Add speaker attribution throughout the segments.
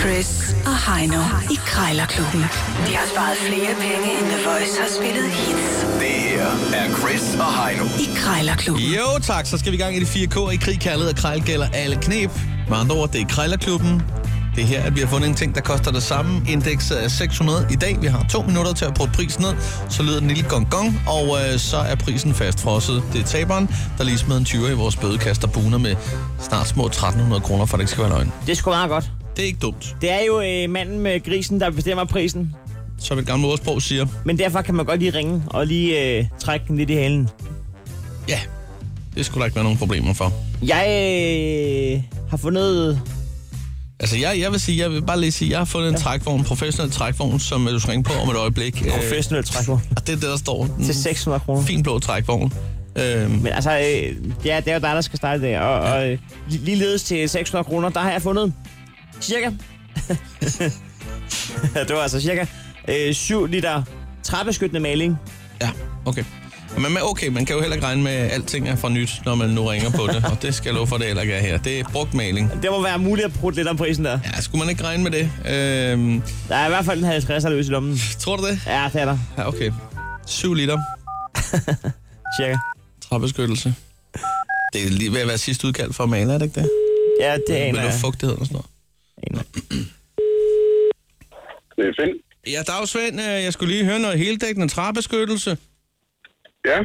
Speaker 1: Chris og Heino i Krejlerklubben. De har sparet flere penge, end The Voice har spillet hits
Speaker 2: Det her er Chris og Heino.
Speaker 1: i Krejlerklubben.
Speaker 3: Jo tak, så skal vi i gang i de 4K i krig, kærlighed og krejl gælder alle knep. Med andre ord, det er Krejlerklubben. Det er her, at vi har fundet en ting, der koster det samme. Indekset er 600 i dag. Vi har to minutter til at putte prisen ned. Så lyder den lille gong gong, og øh, så er prisen fastfrosset. Det er taberen, der lige smed en 20 i vores bødekast og buner med snart små 1300 kroner, for det ikke skal være løgn.
Speaker 4: Det er sgu meget godt.
Speaker 3: Det er ikke dumt,
Speaker 4: Det er jo øh, manden med grisen, der bestemmer prisen.
Speaker 3: som et gammelt ordsprog siger.
Speaker 4: Men derfor kan man godt lige ringe og lige øh, trække den lidt i halen.
Speaker 3: Ja, det skulle der ikke være nogen problemer for.
Speaker 4: Jeg øh, har fundet...
Speaker 3: Altså, jeg, jeg vil sige, jeg vil bare lige sige, jeg har fundet en trækvogn, en professionel trækvogn, som øh, du skal ringe på om et øjeblik. Øh,
Speaker 4: Professionel trækvogn.
Speaker 3: Og det er det, der står. Den
Speaker 4: Til 600 kroner.
Speaker 3: Fin blå trækvogn. Øhm,
Speaker 4: Men altså, øh, ja, det er jo dig, der skal starte det. Og, og øh, ligeledes til 600 kroner, der har jeg fundet cirka... det var altså cirka øh, 7 liter træbeskyttende maling.
Speaker 3: ja, okay. Men man- okay, man kan jo heller ikke regne med, at alting er fra nyt, når man nu ringer på det. Og det skal jeg love for, det heller ikke er her. Det er brugt maling.
Speaker 4: Det må være muligt at prutte lidt om prisen der.
Speaker 3: Ja, skulle man ikke regne med det? Øhm,
Speaker 4: Der er i hvert fald en 50'er løs i lommen.
Speaker 3: tror du det?
Speaker 4: Ja, det er der.
Speaker 3: Ja, okay. 7 liter
Speaker 4: Cirka.
Speaker 3: træbeskyttelse. Det er lige ved at være sidste udkald for at male, er det ikke det?
Speaker 4: Ja, det
Speaker 3: Med
Speaker 4: aner jeg.
Speaker 3: noget fugtighed og sådan noget.
Speaker 4: Aner jeg.
Speaker 5: Det er Finn.
Speaker 3: Ja, dag Svend. Øh, Jeg skulle lige høre noget heldækkende træbeskyttelse.
Speaker 5: Ja,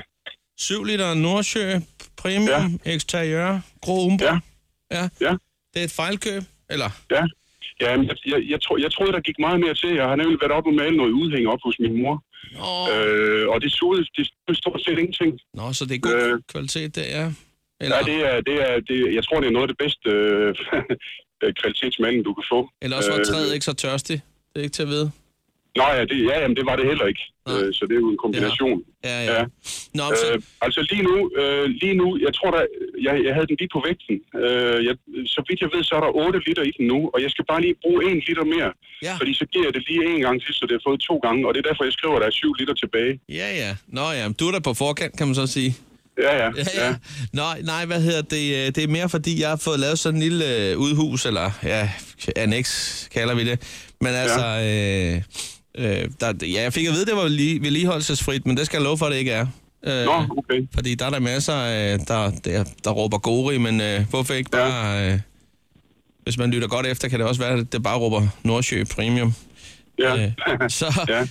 Speaker 3: 7 liter Nordsjø Premium ja. Exteriør Grå Umbro.
Speaker 5: Ja.
Speaker 3: ja.
Speaker 5: ja,
Speaker 3: Det er et fejlkøb, eller?
Speaker 5: ja. ja jeg, jeg, jeg, tro, jeg troede, der gik meget mere til. Jeg har nemlig været oppe og male noget udhæng op hos min mor.
Speaker 3: Nå,
Speaker 5: Øh, og det stod, det stod stort set ingenting.
Speaker 3: Nå så det er god
Speaker 5: øh.
Speaker 3: kvalitet, det er. Eller,
Speaker 5: Ja, det er, det er, det, jeg tror, det er noget af det bedste øh, kvalitetsmaling, du kan få.
Speaker 3: eller også var
Speaker 5: øh,
Speaker 3: træet ikke så tørstig. Det er ikke til at vide.
Speaker 5: Nå ja, det, ja jamen, det var det heller ikke.
Speaker 3: Nej.
Speaker 5: Øh, så det er jo en kombination.
Speaker 3: Ja, ja.
Speaker 5: Ja.
Speaker 3: Nå, men
Speaker 5: Øh,
Speaker 3: så,
Speaker 5: altså lige nu, øh, lige nu, jeg tror der, jeg, jeg havde den lige på vægten. Øh, jeg, så vidt jeg ved, så er der 8 liter i den nu, og jeg skal bare lige bruge 1 liter mere.
Speaker 3: Ja.
Speaker 5: Fordi så giver jeg det lige en gang til, så det har fået to gange, og det er derfor, jeg skriver, at der er 7 liter tilbage.
Speaker 3: ja, ja. Nå, ja. Du er da på forkant, kan man så sige.
Speaker 5: Ja, ja.
Speaker 3: Ja, ja. Nå, nej, hvad hedder det? øh, Det er mere, fordi jeg har fået lavet sådan en lille øh, udhus, eller ja, annex kalder vi det. Men altså, ja. øh, øh, der, ja, jeg fik at vide, det var lige, vedligeholdelsesfrit, men det skal jeg love for, at det ikke er. Øh,
Speaker 5: Nå, okay.
Speaker 3: Fordi der er der masser, øh, der, der, der råber gori, men øh, hvorfor ikke
Speaker 5: Ja.
Speaker 3: bare... Øh, hvis man lytter godt efter, kan det også være, at det bare råber Nordsjø Premium.
Speaker 5: Ja.
Speaker 3: Øh, så,
Speaker 5: Ja.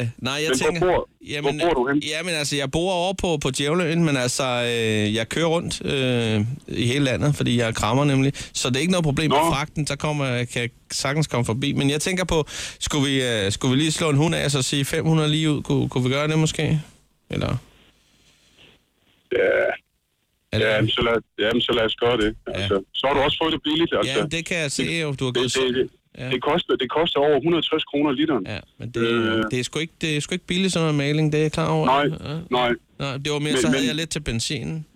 Speaker 3: øh, nej, jeg
Speaker 5: Men hvor
Speaker 3: tænker...
Speaker 5: bor- hvor bor du henne?
Speaker 3: Jamen, altså, jeg bor over på, på Djævleøen, men altså, øh, jeg kører rundt øh, i hele landet, fordi jeg krammer nemlig. Så det er ikke noget problem med
Speaker 5: Nå.
Speaker 3: fragten, så kommer, kan jeg sagtens komme forbi. Men jeg tænker på, skulle vi, øh, skulle vi lige slå en hund af, og så sige 500 lige ud? Kunne, kunne vi gøre det måske? Eller...
Speaker 5: ja.
Speaker 3: Er det,
Speaker 5: Ja, men så lad, jamen, så lad os gøre det. Altså, så har du også fået det billigt. Altså.
Speaker 3: Ja, men det kan jeg se, jo. Du har
Speaker 5: det,
Speaker 3: gået
Speaker 5: det, det,
Speaker 3: Ja.
Speaker 5: det, koster, det koster over 160 kroner literen.
Speaker 3: Ja, men det,
Speaker 5: Øh.
Speaker 3: det, er sgu ikke, det er sgu ikke billigt sådan noget maling, det er jeg klar over.
Speaker 5: Nej,
Speaker 3: Ja.
Speaker 5: nej.
Speaker 3: Nej, det var mere,
Speaker 5: Men-
Speaker 3: så havde
Speaker 5: men-
Speaker 3: jeg lidt til benzinen.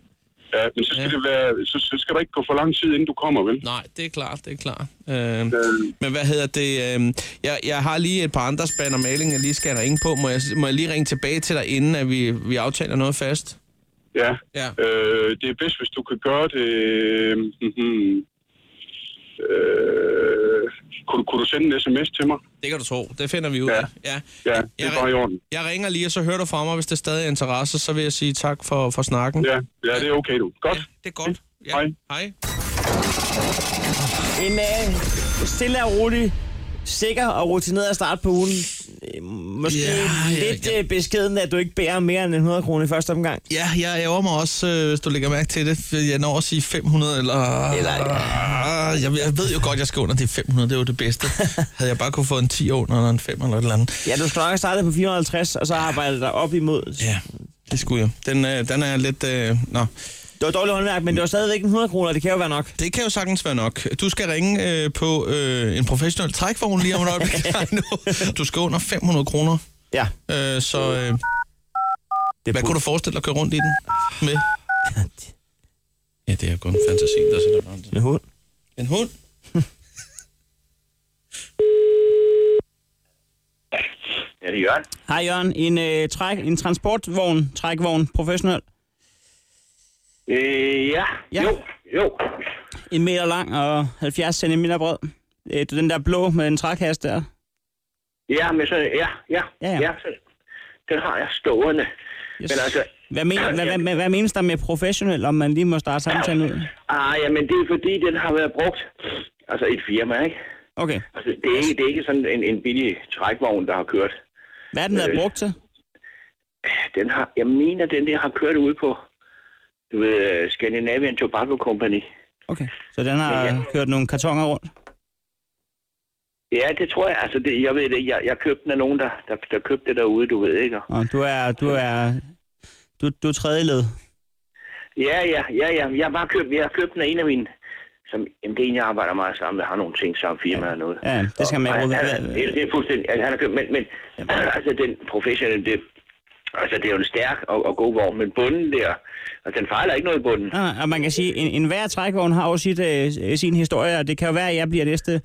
Speaker 5: Ja, men så skal,
Speaker 3: Ja.
Speaker 5: det være, så, så skal der ikke gå for lang tid, inden du kommer, vel?
Speaker 3: Nej, det er klart, det er klart. Øh,
Speaker 5: Øh,
Speaker 3: men hvad hedder det? Øh, jeg, jeg har lige et par andre spander maling, jeg lige skal ringe på. Må jeg, må jeg lige ringe tilbage til dig, inden at vi, vi aftaler noget fast?
Speaker 5: ja.
Speaker 3: Ja.
Speaker 5: Øh, det er bedst, hvis du kan gøre det... Mm-hmm. Øh, kunne, kunne du sende en sms til mig?
Speaker 3: Det kan du tro, det finder vi ud
Speaker 5: Ja.
Speaker 3: af. Ja,
Speaker 5: Ja,
Speaker 3: Jeg-
Speaker 5: det er
Speaker 3: jeg-
Speaker 5: bare i orden.
Speaker 3: Jeg ringer lige, og så hører du fra mig, hvis der stadig er interesse, så vil jeg sige tak for, for snakken.
Speaker 5: Ja, ja, det er okay, du. Godt.
Speaker 3: ja det er godt. Ja.
Speaker 5: Hej.
Speaker 3: Hej.
Speaker 4: En øh, stille og rolig, sikker og rutineret start på ugen. Øh, Måske
Speaker 3: Ja, ja,
Speaker 4: yeah, lidt
Speaker 3: ja.
Speaker 4: yeah. beskeden, at du ikke bærer mere end 100 kroner i første omgang.
Speaker 3: Ja, jeg ærger mig også, øh, hvis du lægger mærke til det. for Jeg når at sige 500, eller...
Speaker 4: Eller-
Speaker 3: Ah, Jeg, jeg ved jo godt, jeg skal under de 500. Det er jo det bedste. Havde jeg bare kunne få en 10 under, eller en 5 eller et eller andet.
Speaker 4: Ja, du skal nok have startet på 450, og så arbejdet dig op imod. Yeah.
Speaker 3: Ja, det skulle jeg. Den, øh, den er lidt... Øh, nå.
Speaker 4: Det var dårligt håndværk, men det var stadigvæk en 100 kroner, det kan jo være nok.
Speaker 3: Det kan jo sagtens være nok. Du skal ringe øh, på øh, en professionel trækvogn lige om et øjeblik. Nej, nu. Du skal under 500 kroner.
Speaker 4: Ja,
Speaker 3: Øh, så øh,
Speaker 4: det
Speaker 3: hvad kunne du forestille dig at køre rundt i den med? Ja, det er jo kun fantasien, der sætter mig om det.
Speaker 4: En hund.
Speaker 3: En hund?
Speaker 6: Ja, det er Jørgen.
Speaker 4: Hej Jørgen, en, øh, træk, en transportvogn, trækvogn, professionel.
Speaker 6: Øh, ja.
Speaker 4: Ja.
Speaker 6: Øh, Jo, jo.
Speaker 4: En meter lang og 70 cm bred. Øh, du, den der blå med en trækasse der.
Speaker 6: Ja, men så, ja, ja,
Speaker 4: Ja,
Speaker 6: ja,
Speaker 4: ja.
Speaker 6: ja. så, den har jeg stående.
Speaker 4: Yes.
Speaker 6: Men altså,
Speaker 4: Hvad, mener, hvad, hvad, hvad, hvad menes der med professionel, om man lige må starte samtalen ud?
Speaker 6: ah, ja, men det er fordi, den har været brugt, altså et firma, ikke?
Speaker 4: Okay.
Speaker 6: Altså, det er ikke, det er ikke sådan en, en billig trækvogn, der har kørt.
Speaker 4: Hvad er den været
Speaker 6: Øh.
Speaker 4: brugt til?
Speaker 6: Den har, jeg mener, den der har kørt ud på, du ved, øh, Scandinavian Tobacco Company.
Speaker 4: Okay. Så den har
Speaker 6: Ja.
Speaker 4: kørt nogle kartonger rundt?
Speaker 6: Ja, det tror jeg, altså, det, jeg ved det, ikke. jeg, jeg købte den af nogen, der, der, der købte det derude, du ved, ikke? Og-
Speaker 4: Og du er, du er, du, du er tredje led.
Speaker 6: Ja, ja, ja, ja. Jeg har bare købt, jeg har købt den af en af mine, som jamen, det er en, jeg arbejder meget sammen med, har nogle ting sammen, firma og noget.
Speaker 4: Ja, det skal man
Speaker 6: Og
Speaker 4: ikke råde.
Speaker 6: han-
Speaker 4: Hvad-
Speaker 6: han- Det, det er fuldstændig, altså, han har købt, men, men altså den professionelle, det, altså det er jo en stærk og, og god vogn, men bunden der, altså den fejler ikke noget i bunden.
Speaker 4: Nej, nej, og man kan sige, en, en hver trækvogn har jo sit, øh, sin historie, og det kan jo være, at jeg bliver næste,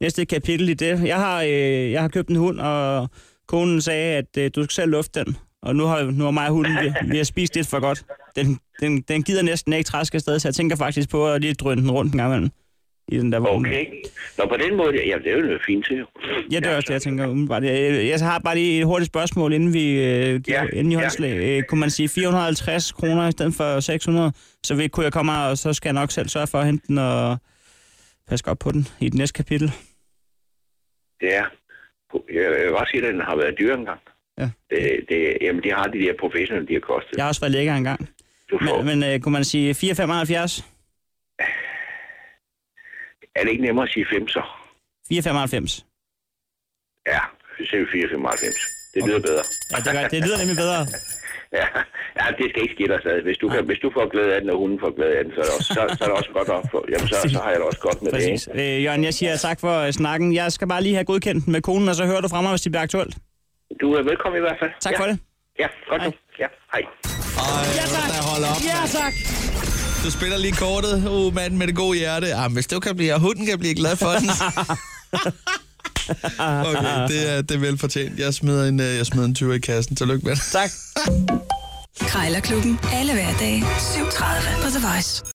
Speaker 4: næste kapitel i det. Jeg har, øh, jeg har købt en hund, og konen sagde, at øh, du skal selv lufte den. Og nu har, nu har mig og hunden, vi, vi har spist lidt for godt. Den, den, den gider næsten ikke træske afsted, så jeg tænker faktisk på at lige drønne den rundt en gang imellem. I den der vogn.
Speaker 6: Okay. Nå, på den måde, ja, det er jo noget fint Altså, til. jo.
Speaker 4: Ja, det er også det, jeg tænker umiddelbart. Jeg, jeg har bare lige et hurtigt spørgsmål, inden vi øh, giver,
Speaker 6: Ja,
Speaker 4: inden i
Speaker 6: ja.
Speaker 4: håndslag. Øh, kunne man sige 450 kroner i stedet for 600, så vi, kunne jeg komme her, og så skal jeg nok selv sørge for at hente den og passe godt på den i det næste kapitel.
Speaker 6: Ja. Jeg vil godt sige, at den har været dyr engang.
Speaker 4: Ja.
Speaker 6: Det, det, jamen, de har de der professionelle, de har kostet.
Speaker 4: Jeg har også været lækker engang.
Speaker 6: Du får,
Speaker 4: Men, men øh, kunne man sige 475?
Speaker 6: Er det ikke nemmere at sige 5 så?
Speaker 4: 495.
Speaker 6: Ja, selv 495. Det lyder bedre.
Speaker 4: Ja, det, gør, det lyder nemlig bedre.
Speaker 6: Ja, ja, det skal ikke skille os ad. Hvis du, kan, hvis du får glæde af den, og hunden får glæde af den, så er det også, så, så er det også godt op for, jamen, så, så har jeg det også godt med det.
Speaker 4: Præcis.
Speaker 6: ikke?
Speaker 4: Øh, Jørgen, jeg siger tak for øh, snakken. Jeg skal bare lige have godkendt den med konen, og så hører du fra mig, hvis det bliver aktuelt.
Speaker 6: Du er velkommen i hvert fald.
Speaker 4: Tak
Speaker 6: ja.
Speaker 4: for det.
Speaker 6: Ja, godt nu. Ja, hej.
Speaker 3: Ej, ja, tak. Der holder op.
Speaker 4: Ja, tak.
Speaker 3: Du spiller lige kortet, uh, manden med det gode hjerte. Ah, hvis du kan blive, og hunden kan blive glad for den. okay, det er, det er velfortjent. Jeg smider en, øh, jeg smider en 20 i kassen. Tillykke med det.
Speaker 4: Tak.
Speaker 1: Krejlerklubben. Alle hverdage. 7.30 på The Voice.